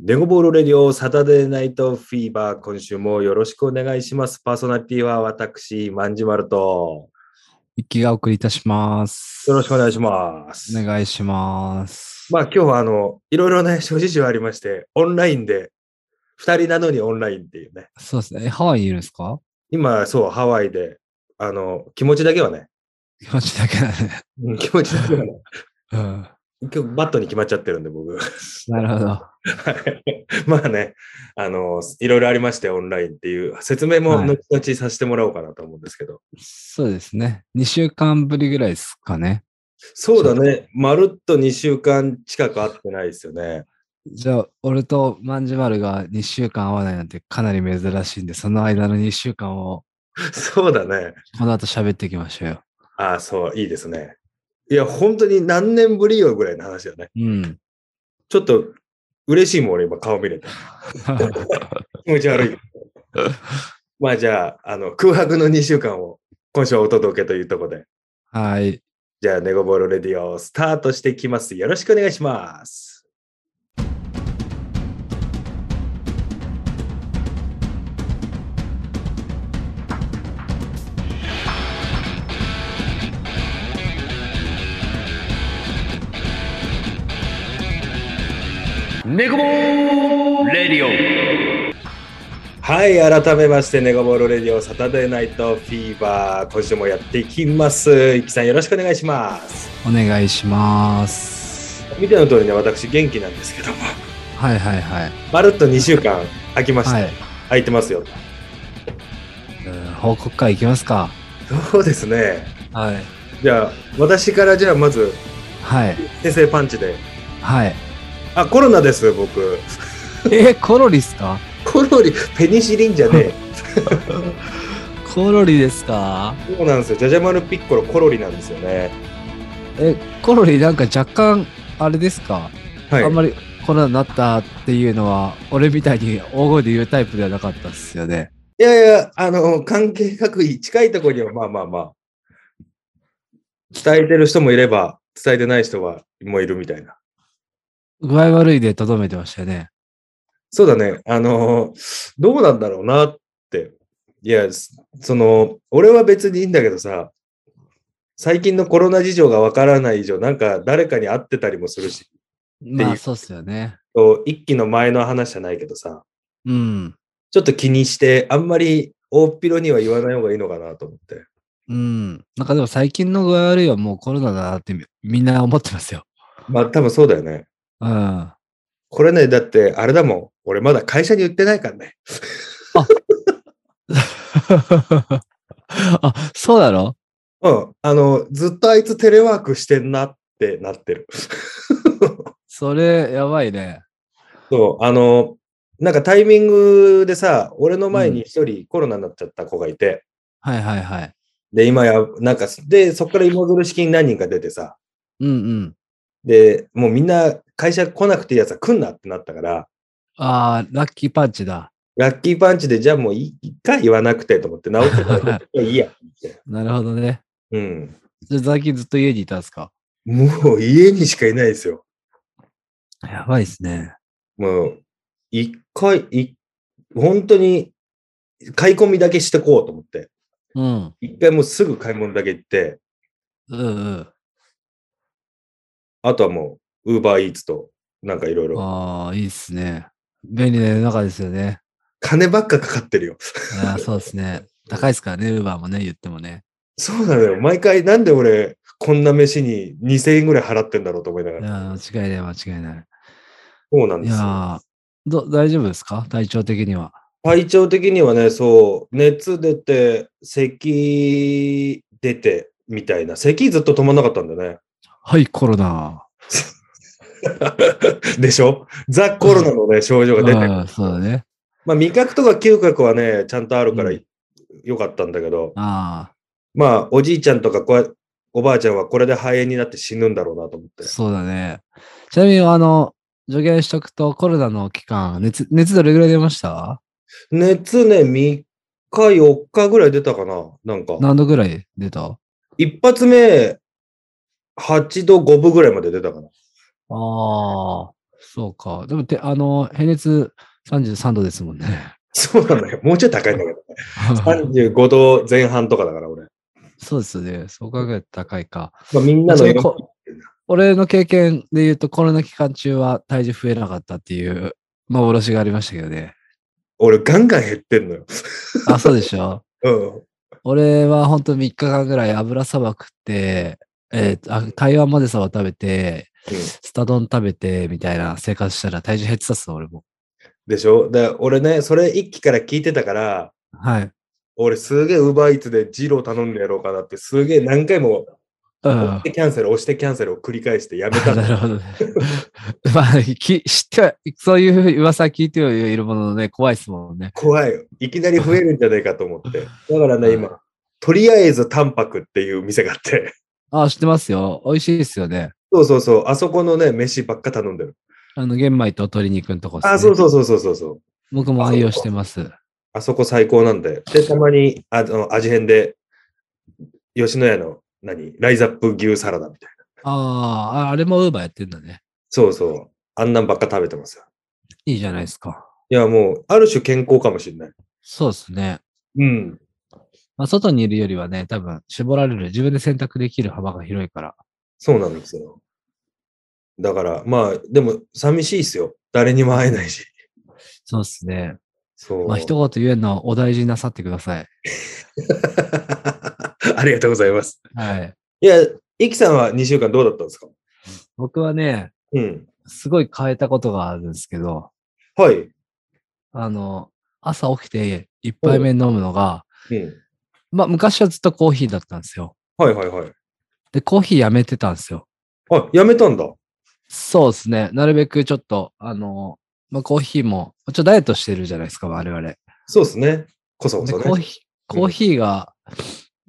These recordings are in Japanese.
デゴボールレディオサタデーナイトフィーバー、今週もよろしくお願いします。パーソナリティは私、万事丸と、一気がお送りいたします。よろしくお願いします。お願いします。まあ今日はあの、いろいろね、諸事情ありまして、オンラインで、二人なのにオンラインっていうね。そうですね。えハワイにいるんですか 今、そう、ハワイで、あの、気持ちだけはね、気持ちだけだね。うん気持ちだけはね、 うん。今日バットに決まっちゃってるんで、僕。 なるほど。はいまあね、あの、いろいろありまして、オンラインっていう、説明もはい後々させてもらおうかなと思うんですけど。そうですね。2週間ぶりぐらいですかね。そうだね。まるっと2週間近く会ってないですよね。じゃあ、俺とまんじまるが2週間会わないなんてかなり珍しいんで、その間の2週間を そうだね。この後喋っていきましょうよ。ああ、そう、いいですね。いや、本当に何年ぶりよぐらいの話だね。うん。 ちょっと嬉しいもん、俺今顔見れて。気持ち悪い。 まあじゃあ、あの、空白の2週間を今週はお届けというところで。はい。じゃあ、ネゴボールレディオスタートしていきます。よろしくお願いします。ネコボールレディはい、改めまして、ネゴボールレディオサタデーナイトフィーバー、今週もやっていきます。いきさん、よろしくお願いします。お願いします。見ての通りね、私、元気なんですけども、はいはいはい。まるっと2週間空きました。はい。空いてますよ。うん報告会行きますか。そうですね。はい。じゃあ、私から、じゃあ、まず、はい。先生パンチで。はい。あ、コロナです、僕。えー、コロリっすかコロリ、ペニシリンじゃねコロリですかえ。そうなんですよ。ジャジャマルピッコロ、コロリなんですよね。え、コロリなんか若干、あれですか、はい。あんまりコロナになったっていうのは、俺みたいに大声で言うタイプではなかったっすよね。いやいや、あの、関係各位、近いところには、まあまあまあ、伝えてる人もいれば、伝えてない人はもういるみたいな。具合悪いでとどめてましたよね。そうだね、あの、どうなんだろうなって。いや、その、俺は別にいいんだけどさ、最近のコロナ事情がわからない以上、なんか誰かに会ってたりもするし、まあ、そうっすよね。と一期の前の話じゃないけどさ、うん。ちょっと気にして、あんまり大っぴろには言わない方がいいのかなと思って。うん。なんかでも最近の具合悪いはもうコロナだなってみみんな思ってますよ。まあ多分そうだよね。 うん。あ、これね、だって、あれだもん。俺まだ会社に言ってないからね。そうなのうん。あの、ずっとあいつテレワークしてんなってなってる。それ、やばいね。そう。あの、なんかタイミングでさ、俺の前に一人コロナになっちゃった子がいて、はいはいはい。で、今や、なんか、で、そっから芋づる式に何人か出てさ、うんうん。で、もうみんな会社来なくていいやつは来んなってなったから、ああ、ラッキーパンチだ。ラッキーパンチで、じゃあもういい一回言わなくてと思って、直ってから、いやいいや。なるほどね。うん。じゃあ最近ずっと家にいたんですかもう家にしかいないですよ。やばいですね。もう、一回、い本当に買い込みだけしてこうと思って、うん。一回もうすぐ買い物だけ行って、うんあとはもう、ウーバーイーツと、なんかいろいうん。ろ、ああ、いいっすね。便利な世の中ですよね。金ばっかかかってるよ。あーそうですね。高いですからね、ウーバーもね、言ってもね。そうなのよ。毎回、なんで俺、こんな飯に2000円ぐらい払ってんだろうと思いながいら。やー、間違いない、間違いなそうなんい。いですよ。やーど大丈夫ですか体調的には。体調的にはね、そう、熱出て、咳出て、みたいな。咳ずっと止まんなかったんだよね。 はい、コロナ。でしょザ・コロナのね、症状が出てくるうんそうだね。まあ、味覚とか嗅覚はね、ちゃんとあるからうんよかったんだけど、あまあ、おじいちゃんとかこうやおばあちゃんはこれで肺炎になって死ぬんだろうなと思っあ、て。そうだね。ちなみに、あの、助言しとくと、コロナの期間、熱、熱どれぐらい出ました熱ね、3日、4日ぐらい出たかななんか。何度ぐらい出た一発目、8度5分ぐらいまで出たかな。ああ。そうか。でもて、あの、平熱33度ですもんね。 そうなのよ。もうちょい高いんだ けど。35度前半とかだから、俺。そうですよね。そう考えたら高いか。まあ、みんなのそうこ俺の経験で言うと、コロナ期間中は体重増えなかったっていう幻がありましたけどね。俺、ガンガン減ってんのよ。あ、そうでし ょ。うん。俺は本当3日間ぐらい油さば食って、えーとあ台湾までさば食べて、うんスタ丼食べてみたいな生活したら体重減ってたっすわ俺も。でしょだから俺ね、それ一期から聞いてたから、はい。俺すげえウーバーイーツでジロー頼んでやろうかなって、すげえ何回もう押んし。てキャンセル、押してキャンセルを繰り返してやめたの。 なるほどね。まあ、き知っては、そういう噂聞いてはいるもののね、怖いですもんね。怖いよ。いきなり増えるんじゃないかと思って。だからね、う今、とりあえず淡白っていう店があって、あ、知ってますよ。美味しいですよね。そうそうそう、あそこのね、飯ばっか頼んでる。あの、玄米と鶏肉のとこっすねあ、そうそうそうそうそうそう。僕も愛用してます。あそこ最高なんで。で、たまに、あの、味変で、吉野家の、何、ライザップ牛サラダみたいな。あーあ、あれもウーバーやってんだね。そうそう。あんなんばっか食べてますよ。いいじゃないですか。いや、もう、ある種健康かもしれない。そうですね。うん。まあ、外にいるよりはね、多分、絞られる、自分で選択できる幅が広いから。そうなんですよ。だから、まあ、でも、寂しいっすよ。誰にも会えないし。そうですね。そう。まあ、一言言えるのはお大事になさってください。 ありがとうございます。はい。いや、イキさんは2週間どうだったんですか僕はね、うん。すごい変えたことがあるんですけど、はい。あの、朝起きて一杯目飲むのが、うん。まあ、昔はずっとコーヒーだったんですよ。はいはいはい。で、コーヒーやめてたんですよ。あ、やめたんだ。そうですね。なるべくちょっと、あの、まあ、コーヒーも、ちょっとダイエットしてるじゃないですか、我々。そうですね。こそこでそコーね。ヒー、コーヒーが、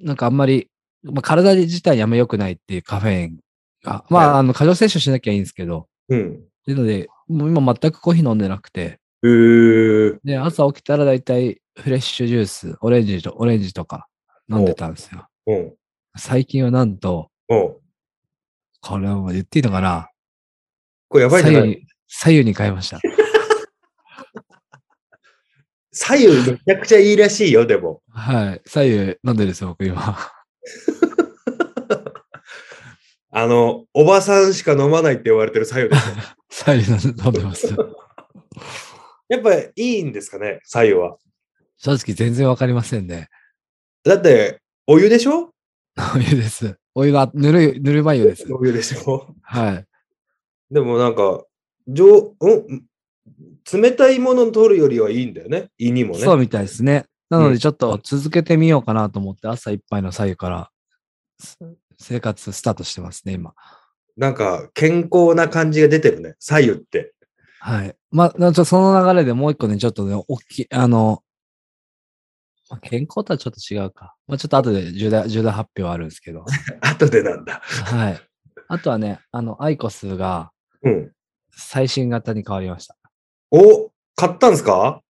なんかあんまり、まあ、体自体にあんま良くないっていうカフェインが、まはあ、あの、過剰摂取しなきゃいいんですけど、うん。っていうので、もう今全くコーヒー飲んでなくて、えー、で、朝起きたら大体フレッシュジュース、オレンジと、オレンジとか飲んでたんですよ。うん。最近はなんと、うん。これはもう言っていいのかなこれやばいじゃ左な右いに、左右に変えました。左右めちゃくちゃいいらしいよ、でも。はい。左右飲んでるんですよ、僕今。 あの、おばさんしか飲まないって言われてる左右です よ。左右飲んでます。やっぱいいんですかね、左右は。正直全然わかりませんね。だって、お湯でしょお湯です。お湯はぬるい、ぬるま湯です。お湯でしょはい。でもなんか、上、うん冷たいものを取るよりはいいんだよね、胃にもね。そうみたいですね。なのうんでちょっと続けてみようかなと思って、朝一杯の左右からす生活スタートしてますね、今。なんか、健康な感じが出てるね、左右って。 はい。まあ、なちょその流れでもう一個ね、ちょっとね、大きい、あの、まあ健康とはちょっと違うか。まあ、ちょっと後で重大、重大発表あるんですけど。後でなんだ。はい。あとはね、あの、アイコスがうん。最新型に変わりました。お買ったんすか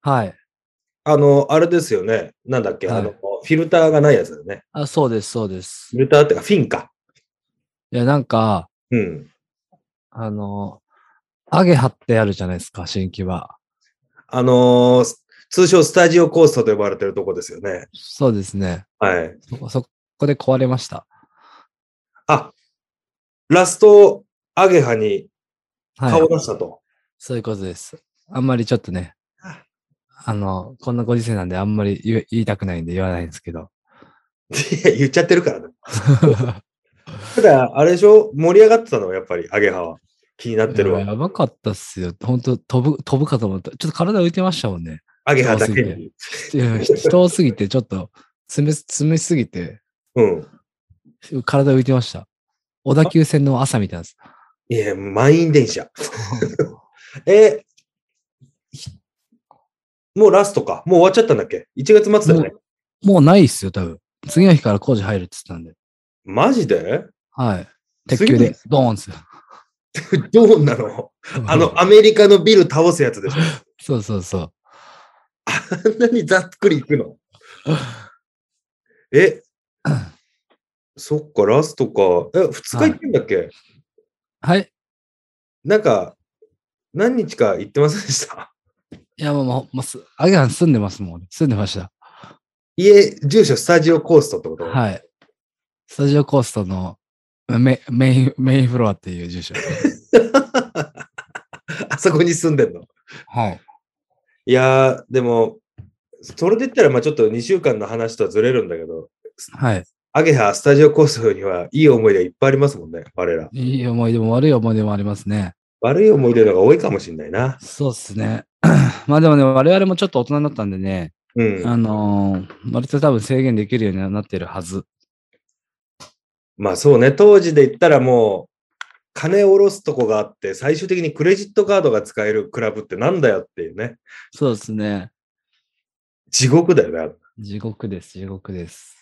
はい。あの、あれですよね。なんだっけ、はいあの、フィルターがないやつだよね。あ、そうです、そうです。フィルターってか、フィンか。いや、なんか、うん。あの、アゲハってあるじゃないですか、新規は。あのー通称スタジオコーストと呼ばれてるとこですよね。そうですね。はい。そこ、そこで壊れました。あ、ラスト、アゲハには顔い。出したと。そういうことです。あんまりちょっとねあ、あの、こんなご時世なんであんまり言え言いたくないんで言わないんですけど。 いや、言っちゃってるからね。ただ、あれでしょ盛り上がってたのやっぱり、アゲハは。気になってるいやわ。やばかったっすよ。本当飛ぶ、飛ぶかと思った。ちょっと体浮いてましたもんね。アゲハだけそうすに。いや人多すぎて、ちょっと、詰め、詰めすぎて、うん。体浮いてました。小田急線の朝みたいなんです。いや、満員電車。 えひもうラストか。もう終わっちゃったんだっけ ?1 月末だよね。もうないっすよ、多分。次の日から工事入るって言ってたんで。マジではい。鉄次の球日で、ドーンっすよ。どうなのあの、アメリカのビル倒すやつでしょ。 そうそうそう。 あんなにざっくりいく のえそっか、ラストか。え、2日行ってんだっけ、はい。なんか、何日か行ってませんでした。 いや、もう、もう、もうす、アゲハン住んでますもん。住んでました。家、住所、スタジオコーストってことい。はい。スタジオコーストのメメイン、メインフロアっていう住 所。あそこに住んでんの。はい。いやー、でも、それで言ったら、まあちょっと2週間の話とはずれるんだけど、はい。アゲハスタジオコーストにはいい思い出がいっぱいありますもんね、我ら。いい思い出も悪い思い出もありますね。悪い思い出の方が多いかもしれないな。そうですね。 まあでもね、我々もちょっと大人になったんでね、うん。あのー割と多分制限できるようになってるはず。まあそうね、当時で言ったらもう、金を下ろすとこがあって、最終的にクレジットカードが使えるクラブってなんだよっていうね、そうですね。地獄だよね。地獄です、地獄です。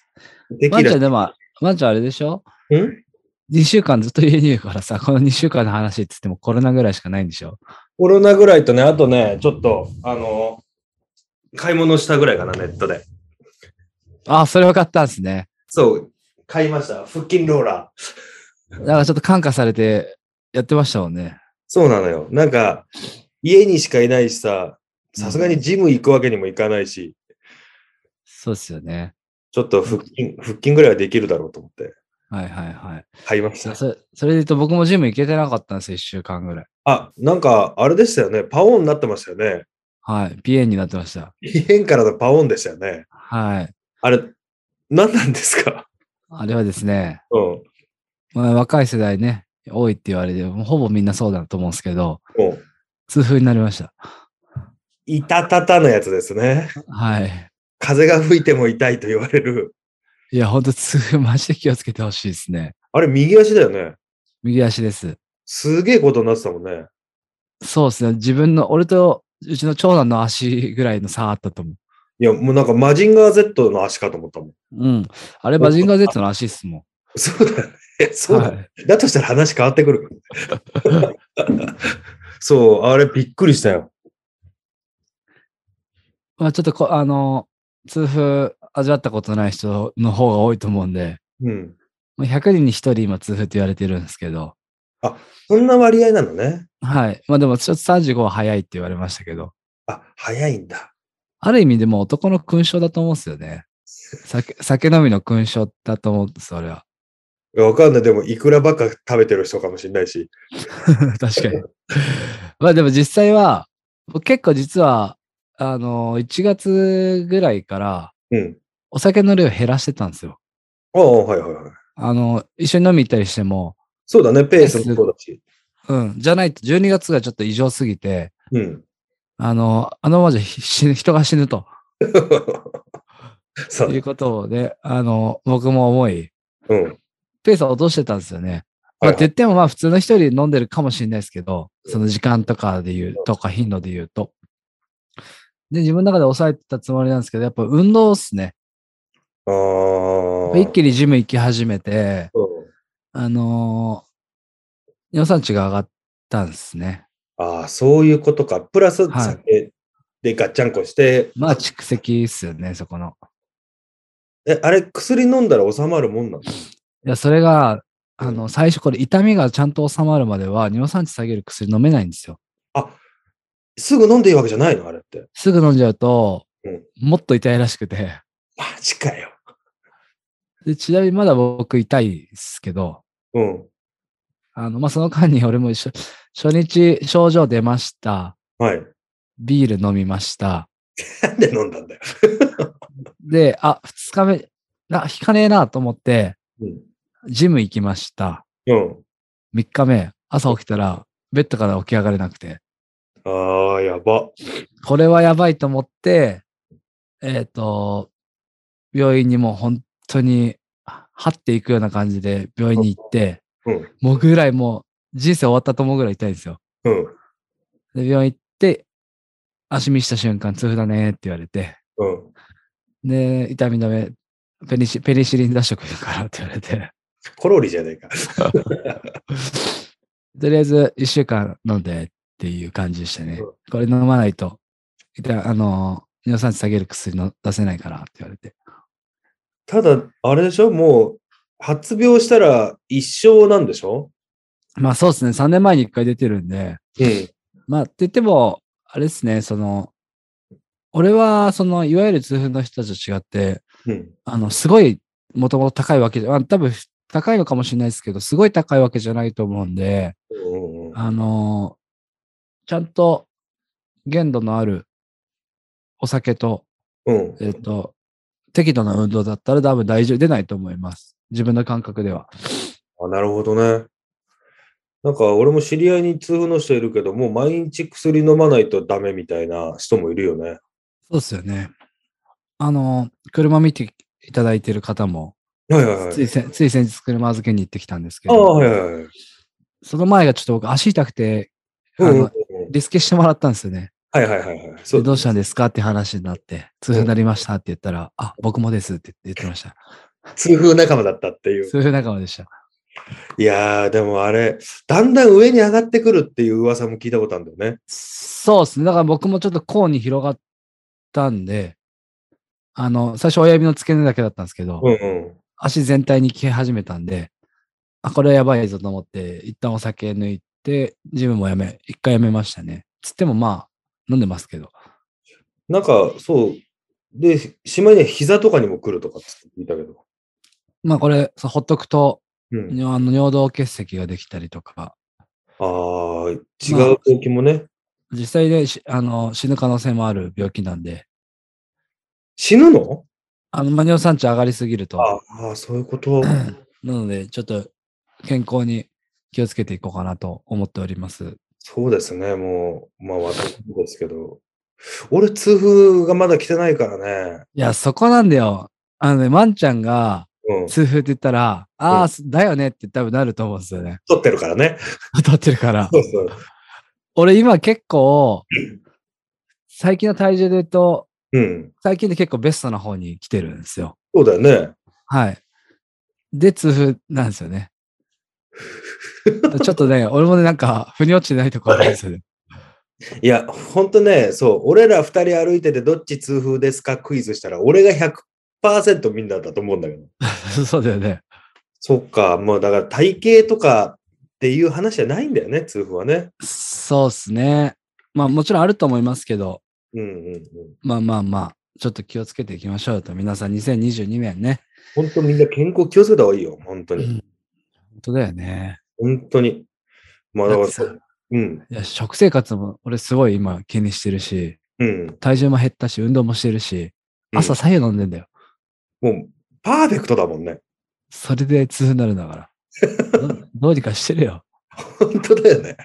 でワきンちゃんる。でも、ワンちゃんあれでしょうん2週間ずっと家にいるからさ、この2週間の話って言ってもコロナぐらいしかないんでしょコロナぐらいとね、あとね、ちょっと、あの、買い物したぐらいかな、ネットで。ああ、それ分かったんですね。そう、買いました。腹筋ローラー。だからちょっと感化されてやってましたもんね。そうなのよ。なんか、家にしかいないしさ、さすがにジム行くわけにもいかないし、そうですよね。ちょっと腹筋、腹筋ぐらいはできるだろうと思ってはいはいはい。買いましそた。それそれで言うと僕もジム行けてなかったんですよ、1週間ぐらい。あ、なんか、あれでしたよね。パオンになってましたよね。はい。PA になってました。変からのパオンでしたよね。はい。あれ、何なんですかあれはですね、うん。まあ、若い世代ね、多いって言われて、もうほぼみんなそうだと思うんですけど、もう、痛風になりました。いたたたのやつですね。はい。風が吹いても痛いと言われる。いや、ほんと痛風マジで気をつけてほしいですね。あれ、右足だよね。右足です。すげえことになってたもんね。そうですね。自分の、俺とうちの長男の足ぐらいの差あったと思う。いや、もうなんかマジンガー Z の足かと思ったもん。うん。あれ、マジンガー Z の足っすもん。そうだ ね。そうだね。はいだとしたら話変わってくる。 そう、あれびっくりしたよ。まあ、ちょっとこ、あの、痛風味わったことない人の方が多いと思うんで、うん。まあ100人に1人今痛風って言われてるんですけど、そんな割合なのね。はい。まあでも、ちょっと35は早いって言われましたけど、あ、早いんだ。ある意味でも男の勲章だと思うんですよね。酒酒飲みの勲章だと思うんです、それは。 いやわかんない。でも、いくらばっか食べてる人かもしれないし。確かに。まあでも実際は、僕結構実は、あの、1月ぐらいからうん。お酒の量減らしてたんですよ。ああ、はいはいはい。あの、一緒に飲み行ったりしても、そうだね。ペースもそうだし。うん、じゃないと、12月がちょっと異常すぎて、 うん。あの、あのままじゃ死ぬ人が死ぬとそ。いううことをね、あの、僕も思い、うん。ペースを落としてたんですよね。まはあ、いって言っても、まあ、普通の人より飲んでるかもしれないですけど、その時間とかで言う、とか頻度で言うと。で、自分の中で抑えてたつもりなんですけど、やっぱ運動っすね。ああ。一気にジム行き始めて、うんあのー予算値が上がったんですね。ああ、そういうことか。プラス、はい酒でガッチャンコして、まあ、蓄積っすよね、そこの。え、あれ、薬飲んだら収まるもんなのいや、それが、うんあの、最初これ痛みがちゃんと収まるまでは尿酸値下げる薬飲めないんですよ。すぐ飲んでいいわけじゃないのあれって。すぐ飲んじゃうとうん、もっと痛いらしくて。マジかよ。で、ちなみにまだ僕痛いですけど、うん。あの、まあ、その間に俺も一緒、 初日症状出ました。はい。ビール飲みました。なんで飲んだんだよ。で、あ、二日目、な、引かねえなと思って、うん。ジム行きました。うん。 3日目、朝起きたら、ベッドから起き上がれなくて、ああ、やば。これはやばいと思って、えっ、と、病院にもう本当に、は張っていくような感じで病院に行って、うん。もうぐらいもう人生終わったと思うぐらい痛いんですよ。うん。で、病院行って、足見した瞬間、痛風だねって言われて、うん。で、痛み止め、ペニシペニシリン出しとくからって言われて、コロリじゃねえか。とりあえず1週間飲んでっていう感じでしたねうん。これ飲まないと、痛あの、尿酸値下げる薬の出せないからって言われて。ただ、あれでしょもう、発病したら一生なんでしょまあそうですね、3年前に1回出てるんで、うん。まあ、って言っても、あれですね、その、俺は、その、いわゆる痛風の人たちと違って、うん。あの、すごい、もともと高いわけじゃ、まあ、多分、高いのかもしれないですけど、すごい高いわけじゃないと思うんで、うんうんうんあの、ちゃんと、限度のあるお酒と、うん。えっ、と、適度な運動だったら多分大丈夫出ないと思います。自分の感覚では。あ、なるほどね。なんか俺も知り合いに痛風の人いるけど、もう毎日薬飲まないとダメみたいな人もいるよね。そうですよね。あの、車見ていただいてる方も、はいはいはいつ。いせつい先日車預けに行ってきたんですけああ、ど、はいはいはい。その前がちょっと僕足痛くて、うんあうんうんの、リスケしてもらったんですよね。はいはいはいはい。そでうどうしたんですかって話になって、痛風になりましたって言ったら、あ、僕もですって言ってました。痛風仲間だったっていう。痛風仲間でした。いやー、でもあれ、だんだん上に上がってくるっていう噂も聞いたことあるんだよね。そうですね。だから僕もちょっと甲に広がったんで、あの、最初親指の付け根だけだったんですけど、うんうん。足全体に消え始めたんで、あ、これはやばいぞと思って、一旦お酒抜いて、ジムもやめ、一回やめましたね。つってもまあ、飲んでますけど。なんか、そう。で、しまいには膝とかにも来るとかって聞いたけど。まあこれ、そうほっとくと、うん。尿あの尿道結石ができたりとか、ああ、違う病気もね。実際でしあの死ぬ可能性もある病気なんで、死ぬのあの、まあ、尿酸値上がりすぎると。ああ、そういうこと。 なので、ちょっと健康に気をつけていこうかなと思っております。そうですね、もう、まあ私もですけど、俺、痛風がまだ来てないからね。いや、そこなんだよ。あのね、まんちゃんがうん。痛風って言ったら、あうあ、だよねって多分なると思うんですよね。 取ってるからね。 当たってるから。そうそう。俺今結 構、最近の体重で言うと、うん。最近で結構ベストな方に来てるんですよ。そうだよね。はい。で、痛風なんですよ ね。ちょっとね、俺もね、なんか、腑に落ちてないところなんですよね。いや、ほんとね、そう、俺ら二人歩いてて、どっち痛風ですかクイズしたら、俺が100%みんなだと思うんだけど。 そうだよね。そっか、もうだから体型とかっていう話じゃないんだよね、痛風はね。そうっすね。まあ、もちろんあると思いますけど、うんうんうん。まあまあまあ、ちょっと気をつけていきましょうよと。皆さん、2022年ね。ほんとみんな健康気をつけた方がいいよ、ほんとうに。ん本当だよね。ほんとに。まあだだっかてらさそう、うん、いや食生活も俺すごい今気にしてるし、うん。体重も減ったし、運動もしてるし、うん朝左右飲んでんだよ。もう、パーフェクトだもんね。それで痛風になるんだ から。どどうにかしてるよ。本当だよね。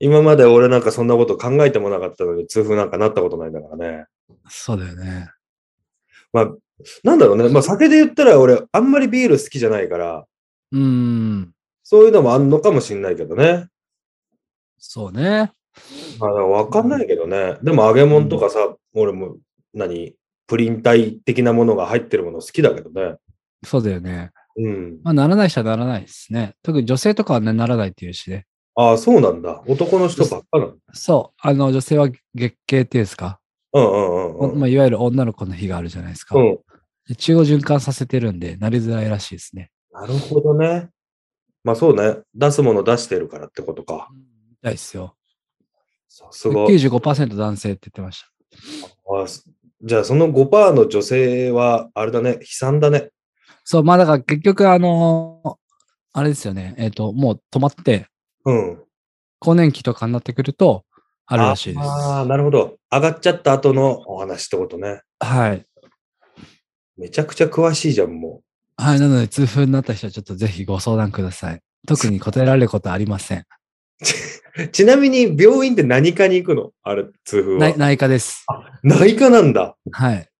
今まで俺なんかそんなこと考えてもなかったのに、痛風なんかなったことないんだからね。そうだよね。まあ、なんだろうね。まあ、酒で言ったら俺、あんまりビール好きじゃないから、うーん。そういうのもあんのかもしんないけどね。そうね。まあ、わかんないけどね。でも揚げ物とかさ、俺も、何、プリン体的なものが入ってるもの好きだけどね。そうだよね。うん。まあ、ならない人はならないですね。特に女性とかはね、ならないっていうしね。ああ、そうなんだ。男の人ばっかなの。そう。あの、女性は月経っていうんですか。うんうんうんうん。まあ、いわゆる女の子の日があるじゃないですか。うん。で中央循環させてるんで、なりづらいらしいですね。なるほどね。まあそうね。出すもの出してるからってことか。みたいですよ。さすが。 95%男性って言ってました。あすじゃあ、その5%の女性は、あれだね、悲惨だね。そう、まあだから結局、あのあれですよね。えっ、と、もう止まって、うん。更年期とかになってくると、ああるらしいです。あーなるほど。上がっちゃった後のお話ってことね。はい。めちゃくちゃ詳しいじゃん、もはい。なので、痛風になった人はちょっとぜひご相談ください。特に答えられることはありません。う。ちなみに、病院って何科に行くのあれ、痛風内は。内科です。内科なんだ。はい。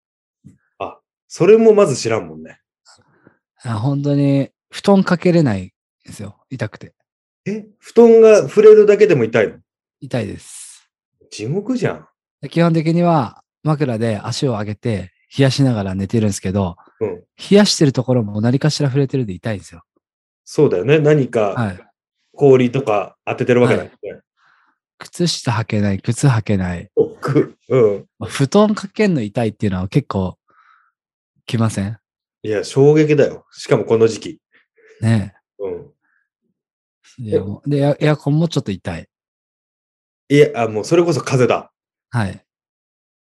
それもまず知らんもんね。あ本当に、布団かけれないんですよ。痛くて。え、布団が触れるだけでも痛いの痛いです。地獄じゃん。で基本的には、枕で足を上げて、冷やしながら寝てるんですけど、うん。冷やしてるところも何かしら触れてるんで痛いんですよ。そうだよね。何はかい。氷とか当ててるわけだよね。靴下履けない、靴履けない。僕うん。まあ布団かけんの痛いっていうのは結構、きませんいや、衝撃だよ。しかもこの時期。ねうん。え。いやもうでエア、エアコンもちょっと痛い。いや、あ、もうそれこそ風邪だ。はい。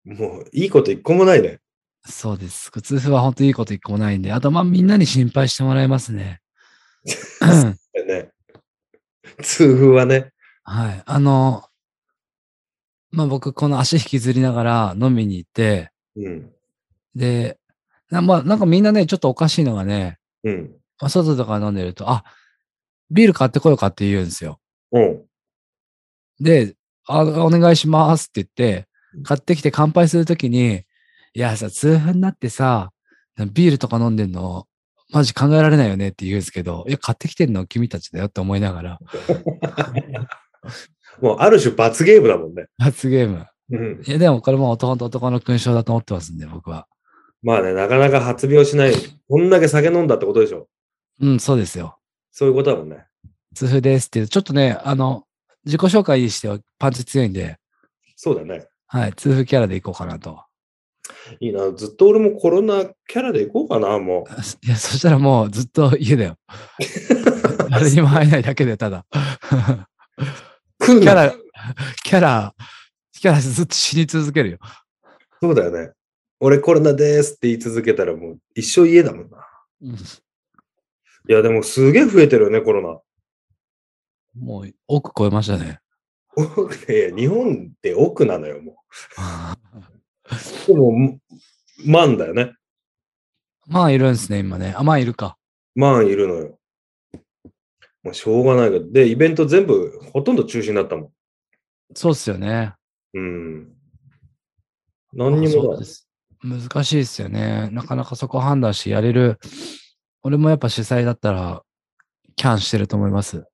もういいこと一個もないね。そうです。痛風は本当にいいこと一個もないんで、あとまあみんなに心配してもらえま すね。うんね。痛風はね。はい。あの、まあ僕、この足引きずりながら飲みに行って、うん。で、なまあなんかみんなね、ちょっとおかしいのがね、うん。まあ外とか飲んでると、あ、ビール買ってこようかって言うんですよ。うん。で、あお願いしますって言って、買ってきて乾杯するときに、いやさ、痛風になってさ、ビールとか飲んでんの、マジ考えられないよねって言うんですけど、いや、買ってきてんの君たちだよって思いながら、 もうある種罰ゲームだもんね。罰ゲーム。うん。いや、でもこれも男と男の勲章だと思ってますんで、僕は。まあね、なかなか発病しない。こんだけ酒飲んだってことでしょ。うん、そうですよ。そういうことだもんね。痛風ですっていう、ちょっとね、あの、自己紹介してはパンチ強いんで、そうだね。はい、痛風キャラでいこうかなと。 いいな。ずっと俺もコロナキャラでいこうかな、もいや、そしたらもうずっと 家だよ。誰にも会えないだけで、ただ。う。来んキなャラ、キャラ、キャラずっと死に続けるよ。そうだよね。俺コロナですって言い続けたらもう一生家だもんな。いや、でもすげえ増えてるよね、コロもう、億超えまし たね。ナ。いや、日本って奥なのよ、もう。でも、万だよね。まあ、いるんですね、今ね。あ、まあ、いるか。万いるのよ。もうしょうがないけど。で、イベント全部、ほとんど中止になったもん。そうっすよね。うん。何にそもうだで。す難しいっすよね。なかなかそこ判断してやれる。俺もやっぱ主催だったら、キャンしてると思います。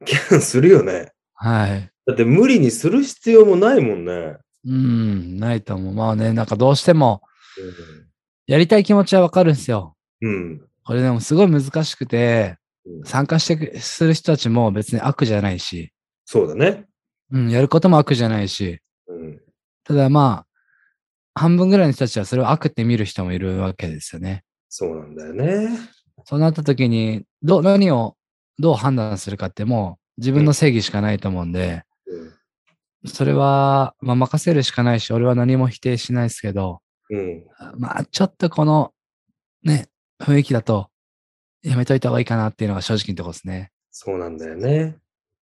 するよね。はい。だって無理にする必要もないもんね。うんうん、ないと思う。まあね、なんかどうしても、やりたい気持ちはわかるんですよ。うん。これでもすごい難しくてう、ん参加してくする人たちも別に悪じゃないし、そうだね。うん、やることも悪じゃないし、うん。ただまあ、半分ぐらいの人たちはそれを悪って見る人もいるわけですよね。そうなんだよね。そうなった時に、どう、何をどう判断するかってもう自分の正義しかないと思うんで、うんそれは、まあ、任せるしかないし、俺は何も否定しないですけど、うん。まあ、ちょっとこの、ね、雰囲気だと、やめといた方がいいかなっていうのが正直のところですね。そうなんだよね。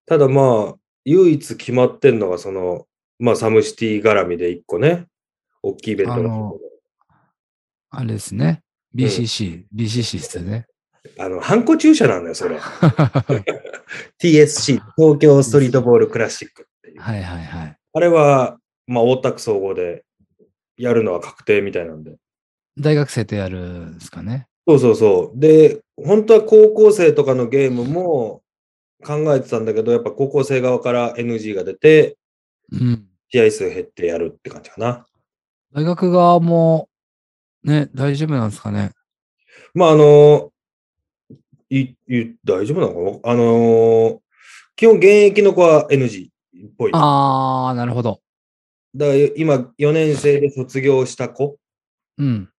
ただまあ、唯一決まってんのが、その、まあ、サムシティ絡みで一個ね、大きいイベントあがのあれですね。BCC、BCC ですよね。あの、ハンコ注射なんだよ、それ。TSC、東京ストリートボールクラシックっていう。はいはいはい。あれは、まあ、大田区総合でやるのは確定みたいなんで。大学生とやるんですかね。そうそうそう。で、本当は高校生とかのゲームも考えてたんだけど、やっぱ高校生側から NG が出て、うん。試合数減ってやるって感じかな。大学側も、ね、大丈夫なんですかね。まあ、あの、いい大丈夫なのかなあの、基本現役の子は NG っぽい。だかあー、なるほど。ら今、4年生で卒業した子うん。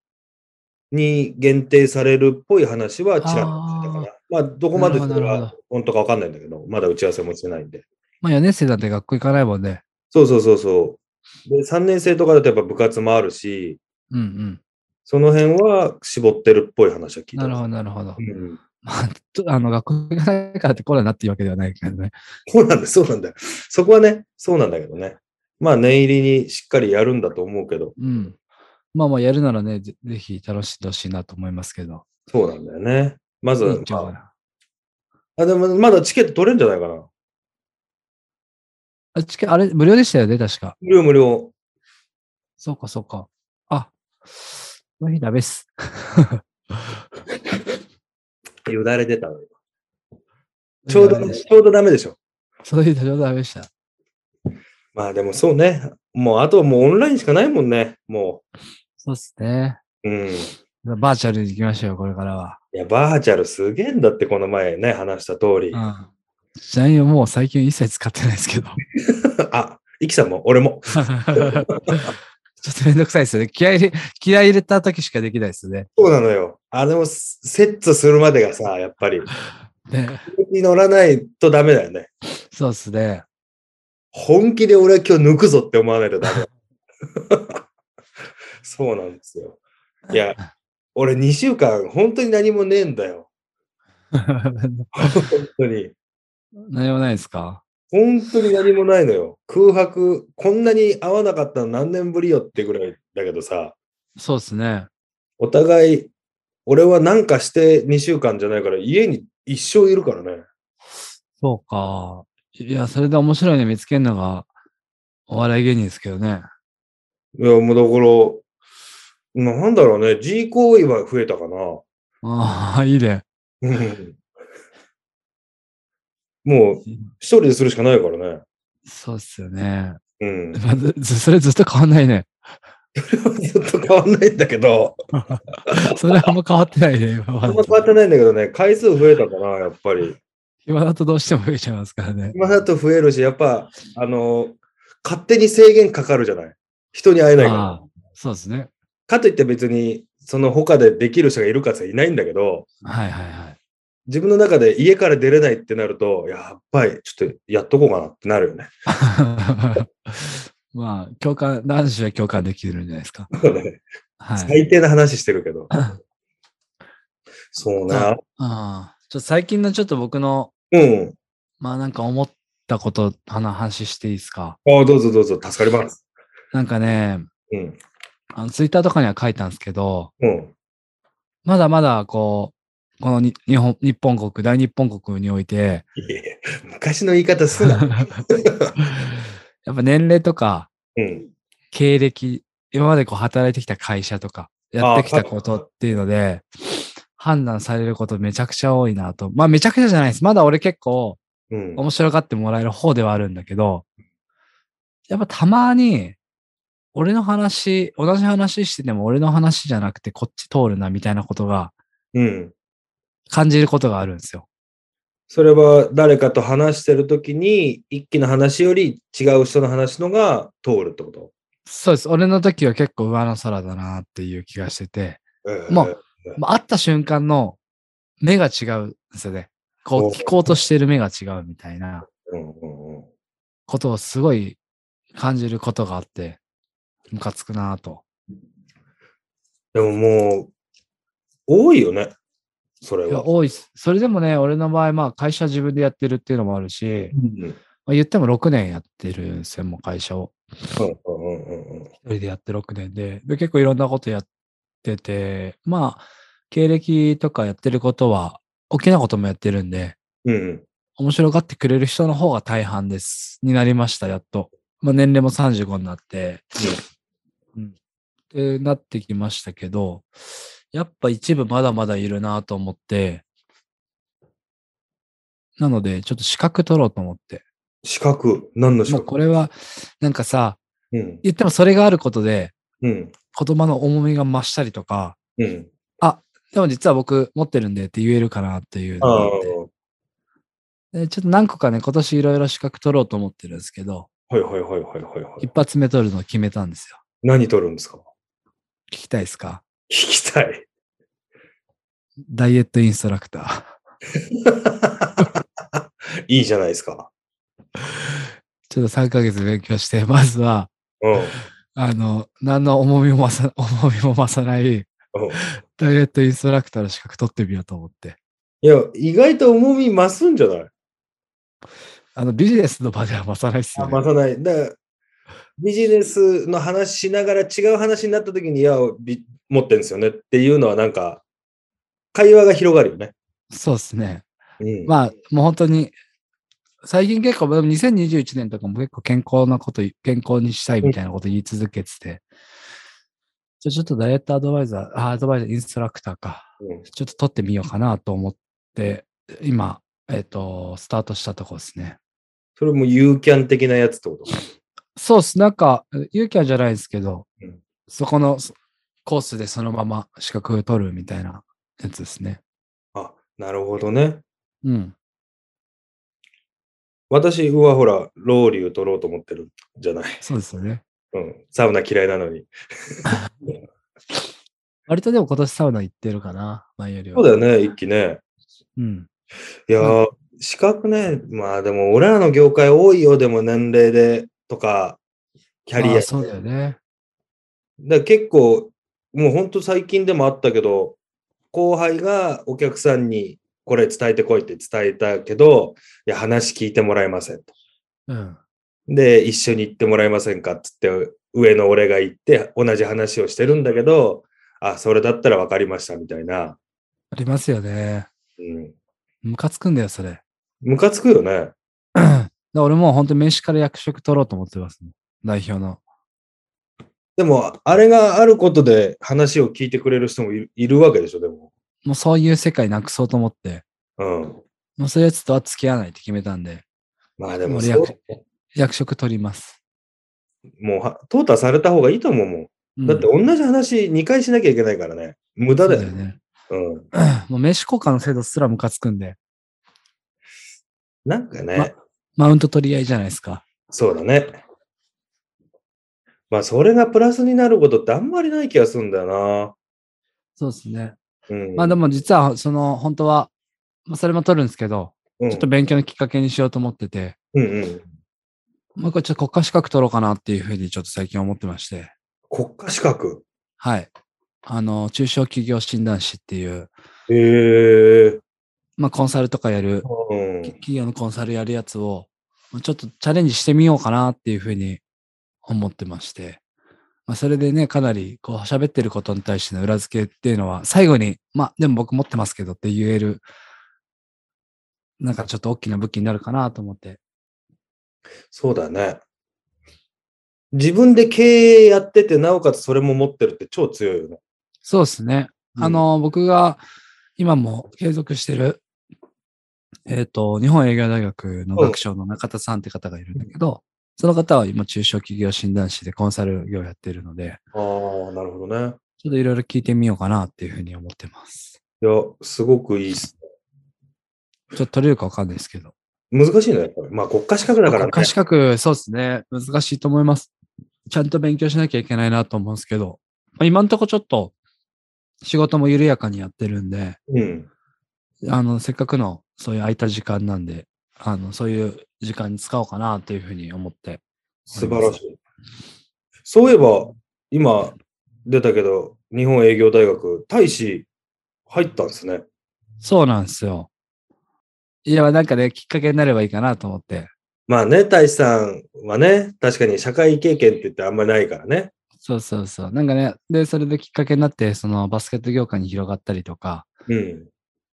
に限定されるっぽい話はちらっとしてたかな。まあ、どこまでそれなるほどなるは本当かわかんないんだけど、まだ打ち合わせもしてないんで。まあ4年生だって学校行かないもんね。そうそうそうそう。で、3年生とかだとやっぱ部活もあるし、うんうん。その辺は絞ってるっぽい話は聞いなた。るほど、なるほど。うんまあ、とあの、学校行かないからってコロナになっていうわけではないからね。そうなんだ、そうなんだ。そこはね、そうなんだけどね。まあ、念入りにしっかりやるんだと 思うけど、うん。まあまあ、やるならね、ぜぜひ楽しんでほしいなと思いますけど。そうなんだよね。まずいはいん、ちゃうかなあ、でもまだチケット取れるんじゃないかな。あチケあれ、無料でしたよね、確か。無料無料。そうか、そうか。あ、その日ダメっす。 よだれ出たのよちょうど、ダメね、でしちょうどダメでしょ。たその日ちょうどダメでした。まあでもそうね。もうあとはもうオンラインしかないもんね。もそうっすね。う。うん。いバーチャルに行きましょうよ、これからは。や、バーチャルすげえんだって、この前ね、話した通りう。ん。ちなみにもう最近一切使ってないですけど。 あ、イキさんも、俺も。ちょっとめんどくさいですよね。気合い入れ、気合い入れた時しかできないですね。そうなのよ。あれもセットするまでがさ、やっぱり、ねに乗らないとダメだよね。そうっすね。本気で俺は今日抜くぞって思わないとダメ。 そうなんですよ。いや、俺2週間本当に何もねえんだよ。本当に。 何もないですか本当に何もないのよ。空白、こんなに会わなかったの何年ぶりよってぐらいだけどさ、そうですね。お互い、俺はなんかして2週間じゃないから、家に一生いるからね。そうか。いや、それで面白いの見つけるのが、お笑い芸人ですけどね。いや、もうだから、なんだろうね、G 行為は増えたかな。ああ、いいね。うんもう、一人でするしかないからね。そうっすよね。 うん。まあずずそれずっと変わんないね。ずっと変わんないんだけど、それはあんま変わってないね。今あまんでま変わってないんだけどね、回数増えたかな、やっぱり。今だとどうしても増えちゃいますからね。今だと増えるし、やっぱ、あの、勝手に制限かかるじゃない。人に会えないから。ああ、そうですね。かといって別に、その他でできる人がいるかついないんだけど、はいはいはい。自分の中で家から出れないってなると、やっぱりちょっとやっとこうかなってなるよね。 まあ、共感、男子は共感できるんじゃないですか。はい。最低な話してるけど。そうあな。ああちょっと最近のちょっと僕の、うん。まあなんか思ったこと、あの話していいですか。ああ、どうぞどうぞ、助かります。なんかね、うん。あのツイッターとかには書いたんですけど、うん。まだまだこう、このに日本日本国、大日本国において、いやいや昔の言い方す な。やっぱ年齢とかうん。経歴、今までこう働いてきた会社とか、やってきたことっていうので、判断されることめちゃくちゃ多いなと。まあめちゃくちゃじゃないです。まだ俺結構うん。面白がってもらえる方ではあるんだけど、やっぱたまに、俺の話、同じ話してても俺の話じゃなくてこっち通るなみたいなことがうん。感じることがあるんですよ。それは誰かと話してるときに、一気の話より違う人の話のが通るってことそうです。俺の時は結構上の空だなっていう気がしてて、まあまあ、会った瞬間の目が違うんですよね。こおう聞こうとしてる目が違うみたいなうんうんうんことをすごい感じることがあって、ムカつくなぁと。でももう、多いよね。それいや、は。多いっす。それでもね、俺の場合、まあ会社自分でやってるっていうのもあるし、うんまあ、言っても6年やってるんですよ、もう会社を。うんうんうんうん一人でやって6年でで、結構いろんなことやってて、まあ、経歴とかやってることは、大きなこともやってるんで、うん面白がってくれる人の方が大半です。になりました、やっと。まあ、年齢も35になって、うん。ってなってきましたけど、やっぱ一部まだまだいるなと思って、なので、ちょっと資格取ろうと思って。資格、何の資まあ、格これは、なんかさ、うん言ってもそれがあることで、うん言葉の重みが増したりとか、うん。でも実は僕持ってるんでって言えるかなっていうのがあああって。でちょっと何個かね、今年いろいろ資格取ろうと思ってるんですけど、はいはいはいはいはいは一い。発目取るの決めたんですよ。何取るんですか聞きたいですか聞きた い。ダイエットインストラクター。 いいじゃないですか。ちょっと3ヶ月勉強して、まずは、うん。あの、何の重みも増さ、 重みも増さない、うんダイエットインストラクターの資格取ってみようと思って。いや、意外と重み増すんじゃないあの、ビジネスの場では増さないっすよ、あ、まね。さない。だからビジネスの話しながら違う話になった時に、いや、び持ってんですよねっていうのはなんか、会話が広がるよね。そうですね。うん。まあ、もう本当に、最近結構、でも2021年とかも結構健康なこと、健康にしたいみたいなこと言い続けてて、じゃあちょっとダイエットアドバイザー、あアドバイザーインストラクターか。うんちょっと撮ってみようかなと思って、今、えっ、と、スタートしたとこですね。それもユーキャン的なやつってことそうっす。なんか、勇気はじゃないですけど、うんそこのそコースでそのまま資格取るみたいなやつですね。あ、なるほどね。うん。私はほら、ロウリュ取ろうと思ってるじゃない。そうですよね。うん。サウナ嫌いなのに。割とでも今年サウナ行ってるかな、前よりは。そうだよね、一気ね。うん。いやー、資格ね、まあでも俺らの業界多いよ、でも年齢でとか、キャリまア。あそうだよね。だから結構、もう本当最近でもあったけど、後輩がお客さんにこれ伝えてこいって伝えたけど、いや、話聞いてもらえませんと。うん。で、一緒に行ってもらえませんかっつって、上の俺が行って、同じ話をしてるんだけど、あ、それだったら分かりましたみたいな。ありますよね。うん。ムカつくんだよ、それ。だか ムカつくよね。ら俺もう本当名刺から役職取ろうと思ってます、代表の。でも、あれがあることで話を聞いてくれる人もいるいるわけでしょ、でも。もうそういう世界なくそうと思って、うん。もうそういうやつとは付き合わないって決めたんで、まあでも俺そう役、役職取ります。もうは、淘汰された方がいいと思うもん。うんだって同じ話2回しなきゃいけないからね。無駄だよそうね。ね。 うん。もう名刺交換の制度すらムカつくんで、なんかね、まマウント取り合いじゃないですか。そうだね。まあ、それがプラスになることってあんまりない気がするんだよそうですね。な。うん。まあでも実は、その、本当は、まあ、それも取るんですけど、うん、ちょっと勉強のきっかけにしようと思ってて、うんうん。もう一回ちょっと国家資格取ろうかなっていうふうにちょっと最近思ってまして、国家資格。はい。あの、中小企業診断士っていう、へえ。まあコンサルとかやる、うん。企業のコンサルやるやつを、まあちょっとチャレンジしてみようかなっていうふうに思ってまして、まあ、それでね、かなりこう喋ってることに対しての裏付けっていうのは、最後に、まあでも僕持ってますけどって言える、なんかちょっと大きな武器になるかなと思って。そうだね。自分で経営やってて、なおかつそれも持ってるって超強いよね。そうですね。あの、僕が今も継続してる、えっ、と、日本営業大学の学長の中田さんって方がいるんだけど、その方は今中小企業診断士でコンサル業やってるので、ああ、なるほどね。ちょっといろいろ聞いてみようかなっていうふうに思ってます。いや、すごくいいっす。ちょっと取れるかわかんないですけど。難しいね、やっぱり。まあ、国家資格だからね。国家資格、そうですね。難しいと思います。ちゃんと勉強しなきゃいけないなと思うんですけど、まあ、今んとこちょっと仕事も緩やかにやってるんで、うん。あの、せっかくのそういう空いた時間なんで、あの、そういう時間に使おうかなというふうに思って。素晴らしい。そういえば、今出たけど、日本営業大学、大使入ったんですね。そうなんですよ。いや、なんかね、きっかけになればいいかなと思って。まあね、大使さんはね、確かに社会経験って言ってあんまりないからね。そうそうそう。なんかね、で、それできっかけになって、そのバスケット業界に広がったりとか、うん。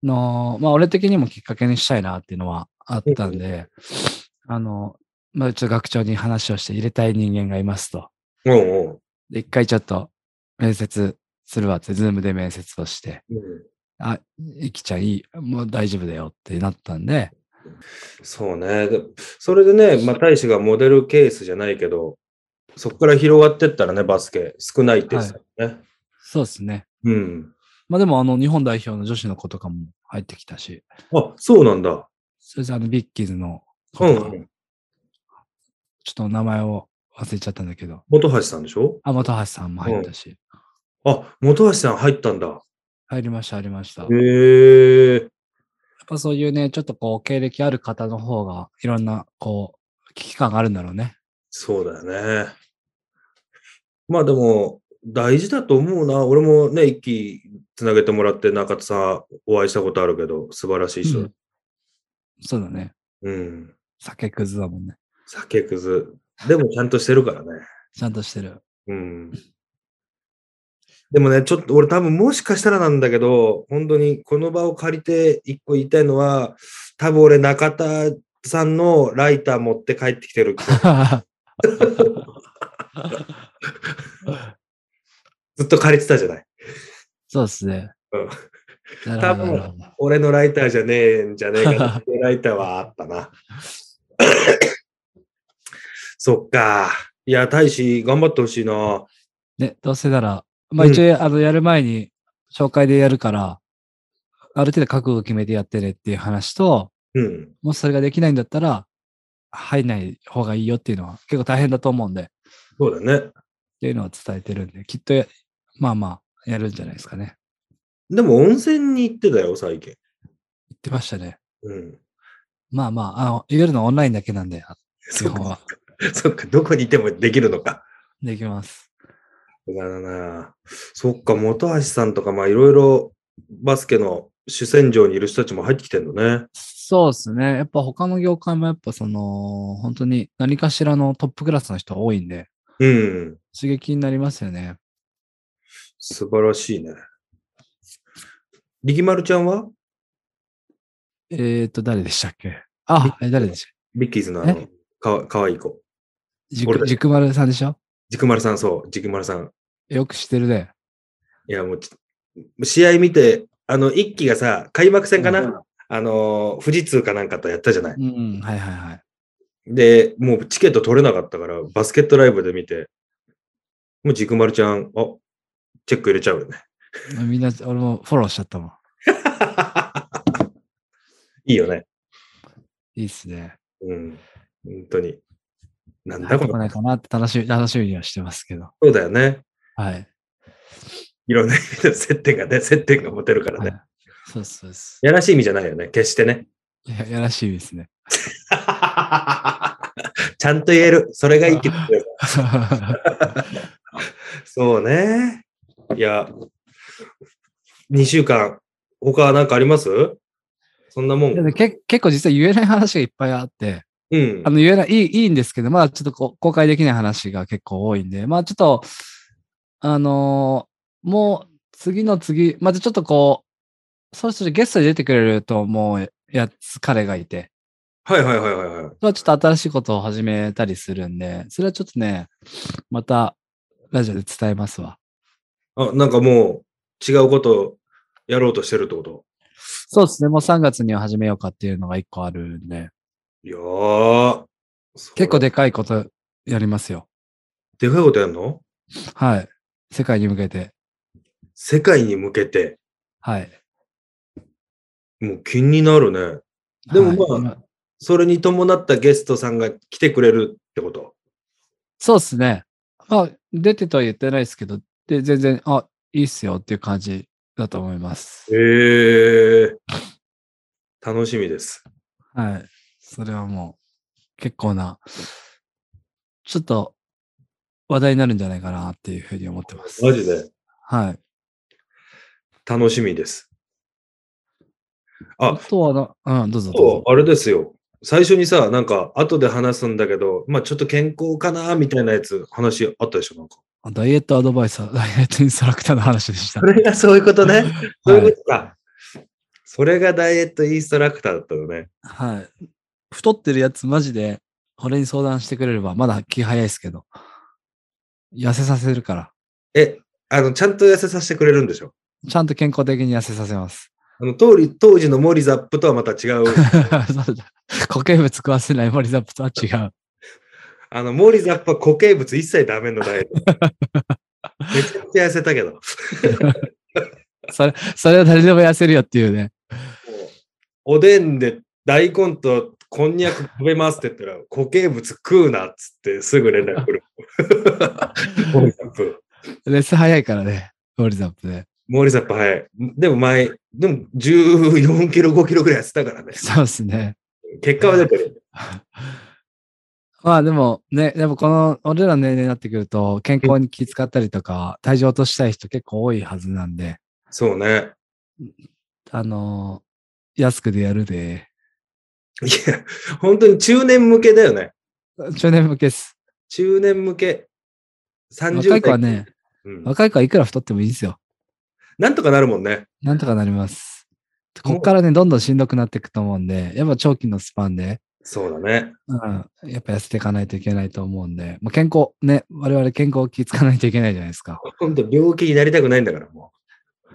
の、まあ、俺的にもきっかけにしたいなっていうのはあったんで、あの、まあ、ちょっと学長に話をして入れたい人間がいますと。うんうんで、一回ちょっと面接するわって、ズームで面接をして、うん。あ、いきちゃんいい、もう大丈夫だよってなったんで、そうね。でそれでね、まあ、大使がモデルケースじゃないけど、そこから広がってったらね、バスケ、少ないって言ってたよね。そうですね。うん。まあでも、あの、日本代表の女子の子とかも入ってきたし、あ、そうなんだ。それじゃあの、ビッキーズの子うとか、ちょん。っと名前を忘れちゃったんだけど、本橋さんでしょあ、本橋さんも入ったし、あ、本橋さん入ったんだ。入りました、入りました。へえ。やっぱそういうね、ちょっとこう、経歴ある方の方が、いろんな、こう、危機感があるんだろうね。そうだよね。まあでも、大事だと思うな。俺もね、一期つなげてもらって中田さんお会いしたことあるけど、素晴らしい人。そうだね。うん。酒くずだもんね。酒くず。でもちゃんとしてるからね。ちゃんとしてる。うん。でもね、ちょっと俺多分もしかしたらなんだけど、本当にこの場を借りて一個言いたいのは、多分俺中田さんのライター持って帰ってきてる。ずっと借りてたじゃない。そうですね。うんなるほど多分なるほど。俺のライターじゃねえんじゃねえかなっていうライターはあったな。そっか。いや、大使、頑張ってほしいな。ね、どうせなら、まあうん一応、あの、やる前に、紹介でやるから、ある程度覚悟を決めてやってねっていう話と、うん。もしそれができないんだったら、入んない方がいいよっていうのは結構大変だと思うんで、そうだね。っていうのは伝えてるんで、きっとや、まあまあ、やるんじゃないですかね。でも、温泉に行ってたよ、最近。言ってましたね。うん。まあまあ、あの、夜のオンラインだけなんで、基そっ本かは。そっか、どこにいてもできるのか。できます。そうだな。そっか、本橋さんとか、まあいろいろバスケの主戦場にいる人たちも入ってきてんのね。そうですね。やっぱ他の業界もやっぱその、本当に何かしらのトップクラスの人が多いんで、うん。刺激になりますよね。素晴らしいね。力丸ちゃんはえっ、ー、と、誰でしたっけあ、え誰でしたっビッキーズのあの、かわかわいい子。けじ俺くだじくまるさんでしょジクマルさん、そう、ジクマルさん。よく知ってるね。いや、もうち、試合見て、あの、一期がさ、開幕戦かな、あの、富士通かなんかとやったじゃない。うん、うん、はいはいはい。で、もうチケット取れなかったから、バスケットライブで見て、もうジクマルちゃん、あ、チェック入れちゃうよね。 みんな、俺もフォローしちゃったもん。いいよね。いいっすね。うん。本当に。なん入だってここの、ないかなって楽しみ、楽しみにはしてますけど。そうだよね。はい。いろんな意味で接点がね、接点が持てるからはいね。そうですそうです。やらしい意味じゃないよね。決して ね。いや、やらしいですね。 ちゃんと言える。それがいいけど。そうね。いや、2週間、他は何かありますそんなもん。うけ結構実は言えない話がいっぱいあって、んあ。の言えない、いいいいんですけど、まあちょっとこう公開できない話が結構多いんで、まあちょっと、あのーもう次の次、まずちょっとこう、そろそろゲストで出てくれるともうやつ彼がいて、はいはいはいはいはい。それはちょっと新しいことを始めたりするんで、それはちょっとね、またラジオで伝えますわ。あ、なんかもう、違うことをやろうとしてるってことそうですね、もう3月には始めようかっていうのが一個あるんで、いやー。それ結構でかいことやりますよ。でかいことやんのはい。世界に向けて。世界に向けて、はい。もう気になるね。でもまあはい今それに伴ったゲストさんが来てくれるってことそうですね。まあ、出てとは言ってないですけど、で、全然、あ、いいっすよっていう感じだと思います。へえ。楽しみです。はい。それはもう、結構な、ちょっと、話題になるんじゃないかなっていうふうに思ってます。マジではい。楽しみです。ああ、とはな、うん、どうぞどうそぞ。うあれですよ。最初にさ、なんか、後で話すんだけど、まあ、ちょっと健康かな、みたいなやつ、話あったでしょ、なんか。ダイエットアドバイザー、ダ イエットインストラクターの話でした。それが そういうことね。そういうことか。それがダイエットインストラクターだったのね。はい。太ってるやつマジで、俺に相談してくれれば、まだ気早いですけど。痩せさせるから。え、あの、ちゃんと痩せさせてくれるんでしょちゃんと健康的に痩せさせます。あの、当時、当時のモリザップとはまた違 う。 そうだ固形物食わせないモリザップとは違う。あの、モリザップは固形物一切ダメのダイエット。めちゃくちゃ痩せたけど。それ、それは誰でも痩せるよっていうね。おでんで大根とこんにゃく食べますって言ったら、固形物食うなっつってすぐ連絡来る。モリザップ。レス早いからね。モリザップで。モリザップ早い。でも前、でも14キロ、5キロぐらい痩せたからね。そうですね。 結果は出てる。まあでもね、でもこの、俺らの年齢になってくると、健康に気遣ったりとか、体重落としたい人結構多いはずなんで、そうね。あのー安くでやるで。いや、本当に中年向けだよね。中年向けです。中年向け。30代。若い子はね、うん、若い子はいくら太ってもいいですよ。なんとかなるもんね。なんとかなります。もうこっからね、どんどんしんどくなっていくと思うんで、やっぱ長期のスパンで、そうだね。うん、やっぱ痩せていかないといけないと思うんで、まあ、健康、ね、我々健康を気づかないといけないじゃないですか。本当病気になりたくないんだから、も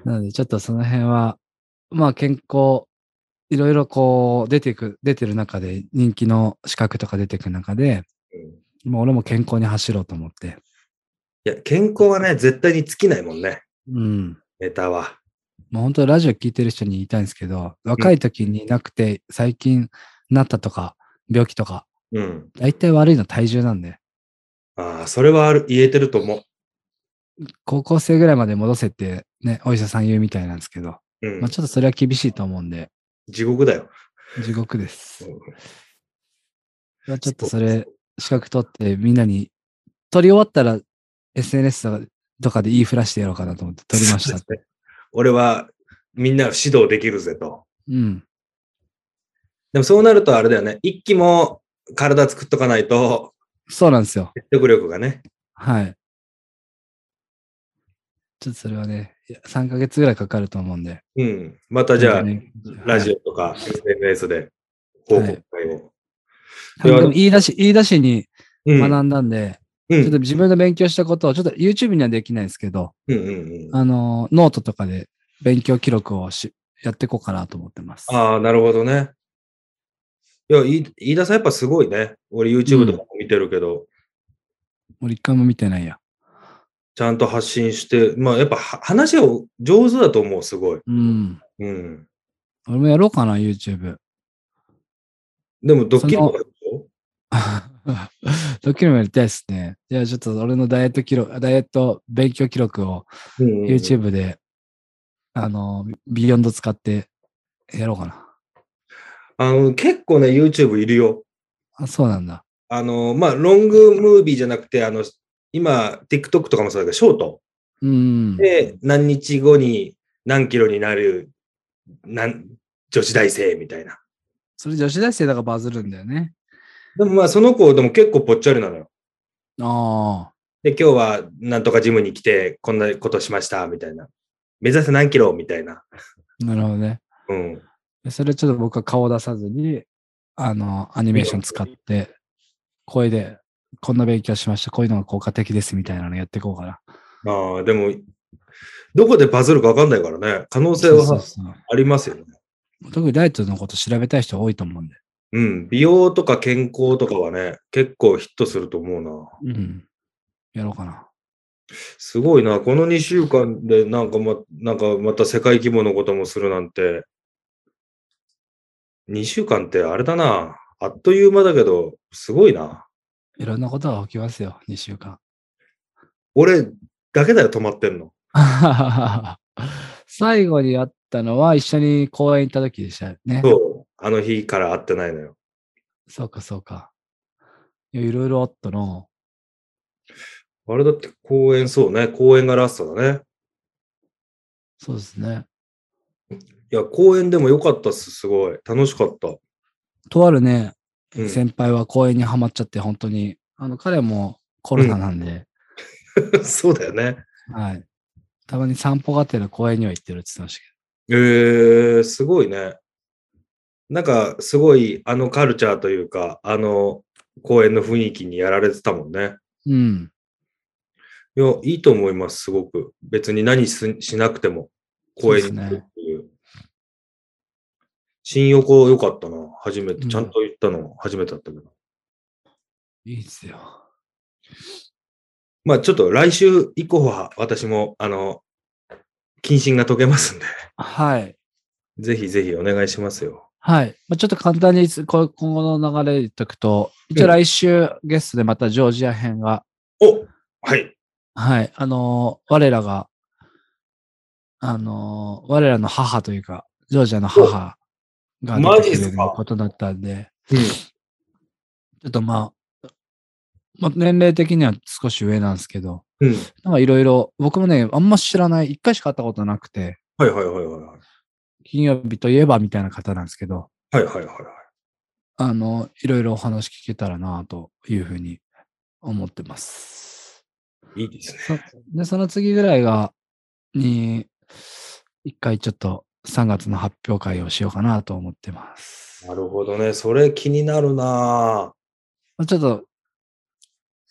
なので、ちょっとその辺は、まあ健康、いろいろこう、出てく、出てる中で、人気の資格とか出てく中で、う。うんまあ俺も健康に走ろうと思って。いや、健康はね、絶対に尽きないもんね。うん。ネタは。もう本当にラジオ聞いてる人に言いたいんですけど、若い時になくて最近なったとか、病気とか、うん。大体悪いの体重なんで、ああ、それはある、言えてると思高校生ぐらいまで戻せってね、お医者さん言うみたいなんですけど、う。うんまあ、。ちょっとそれは厳しいと思うんで、地獄だよ。地獄です。まあちょっとそそうれ、資格取ってみんなに、取り終わったら SNS とかで言いふらしてやろうかなと思って取りました っそうでて。俺はみんなを指導できるぜと。うん。でもそうなるとあれだよね。一気も体作っとかないと、そうなんですよ。説得力がね。はい。ちょっとそれはね、いや3ヶ月ぐらいかかると思うんで。うん。またじゃあ、ねラジオとか SNS で報告会を。でも言い出し、言い出しにうん。学んだんで、うちょっとん。自分の勉強したことを、ちょっと YouTube にはできないですけど、うんうんうん。あの、ノートとかで勉強記録をしやっていこうかなと思ってます。ああ、なるほどね。いや、い飯田さんやっぱすごいね。俺 YouTube とかも見てるけど、俺一回も見てないや。ちゃんと発信して、まあやっぱは話を上手だと思う、すごい。うん。うん。俺もやろうかな、YouTube。 でもドッキリもあるでしょドッキリもやりたいですね。じゃあちょっと俺のダイエット記録、ダイエット勉強記録をうんうんうん YouTube で、あの、ビヨンド使ってやろうかな。あの結構ね、YouTube いるよ。あそうなんだ。あの、まあ、ロングムービーじゃなくて、あの、今、TikTok とかもそうだけど、ショート。うん。で、何日後に何キロになる、なん女子大生みたいな。それ女子大生だからバズるんだよね。でもまあ、その子、でも結構ぽっちゃりなのよ。ああ。で、今日はなんとかジムに来て、こんなことしました、みたいな。目指せ何キロみたいな。なるほどね。うん。でそれちょっと僕は顔出さずに、あの、アニメーション使って、声で、こんな勉強しました。こういうのが効果的ですみたいなのやっていこうかな。ああ、でも、どこでバズるかわかんないからね。可能性そうはそうそうありますよね。特にダイエットのこと調べたい人多いと思うんで。うん。美容とか健康とかはね、結構ヒットすると思うな。うん。やろうかな。すごいな、この2週間でなんかまなんかまた世界規模のこともするなんて、2週間ってあれだな、あっという間だけど、すごいな。いろんなことが起きますよ、2週間。俺だけだよ、止まってんの。 最後に会ったのは一緒に公園行った時でしたね。そうそう、あの日から会ってないのよ。か、そうか。いやいろいろあったの。あれだって公演、そうね、公演がラストだね。そうですね。いや、公演でも良かったっす、すごい。楽しかった。とあるね、うん先輩は公園にはまっちゃって、本当に、あの、彼もコロナなんで、 そうだよね。はい。たまに散歩がてら公園には行ってるって言ってましたけえー、すごいね。なんか、すごい、あのカルチャーというか、あの、公演の雰囲気にやられてたもんね。ど。うん。いや、いいと思います、すごく。別に何すしなくても、公演に行くっていう。新横良かったな、初めて。うんちゃんと行ったの初めてだったけど。いいですよ。まあ、ちょっと来週以降は、私も、あの、謹慎が解けますんで、はい。ぜひぜひお願いしますよ。はい。まあ、ちょっと簡単にこ今後の流れ言っとくと、一応来週ゲストでまたジョージア編が、おはい。はい。あのー我らが、あのー我らの母というか、ジョージアの母がマ出ジてっくれするかことになったんで、うんちょっとまあ、まあ、年齢的には少し上なんですけど、うん。なんかいろいろ、僕もね、あんま知らない、一回しか会ったことなくて、はいはいはいはいはい。金曜日といえばみたいな方なんですけど、はいはいはいはい。あの、いろいろお話聞けたらなというふうに思ってます。いいですね。そで、その次ぐらいが、に、一回ちょっと3月の発表会をしようかなと思ってます。なるほどね。それ気になるなぁまあちょっと、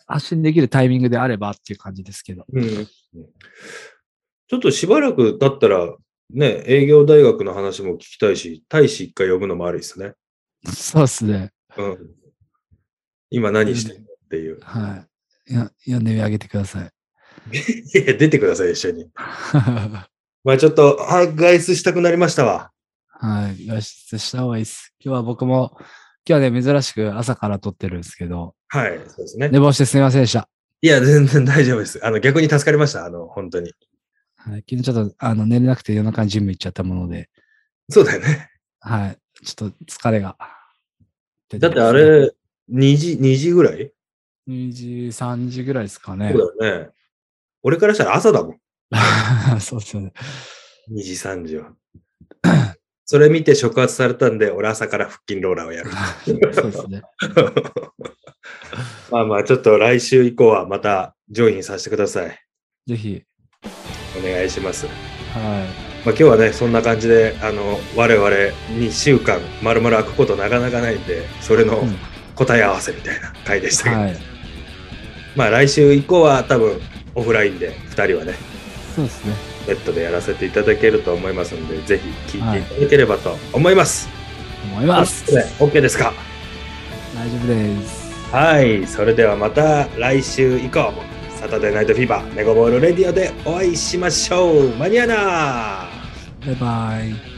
発信できるタイミングであればっていう感じですけど。 うん。ちょっとしばらく経ったら、ね、営業大学の話も聞きたいし、大使一回呼ぶのもありですね。そうっすね。うん。 今何してるのっていう。はい。や呼んであげてください。 いや、出てください、一緒に。まあちょっと、あ、外出したくなりましたわ。はい。外出した方がいいです。今日は僕も、今日はね、珍しく朝から撮ってるんですけど、はい、そうですね。寝坊してすみませんでした。いや、全然大丈夫です。あの、逆に助かりました。あの、本当に。はい、昨日ちょっとあの寝れなくて夜中にジム行っちゃったもので、そうだよね。はい。ちょっと疲れが。だってあれ、2時、2時ぐらい ?2 時、3時ぐらいですかね。そうだよね。俺からしたら朝だもん。 そうです よね。 2時、3時は。 それ見て触発されたんで、俺朝から腹筋ローラーをやる。 そうですね。まあまあ、ちょっと来週以降はまた上位にさせてください。ぜひ、お願いします。はまあ、今日はね、そんな感じで、あの、我々2週間、まるまる開くことなかなかないんで、それのうん答え合わせみたいな回でしたけい。ど、はい。まあ来週以降は多分オフラインで2人はね、そうですね。ネットでやらせていただけると思いますので、ぜひ聞いていただければと思います。思います。ということで OK ですか大丈夫です。はい、それではまた来週以降も、サタデーナイトフィーバー、ネゴボールレディオでお会いしましょう。マニアナーバイバイ。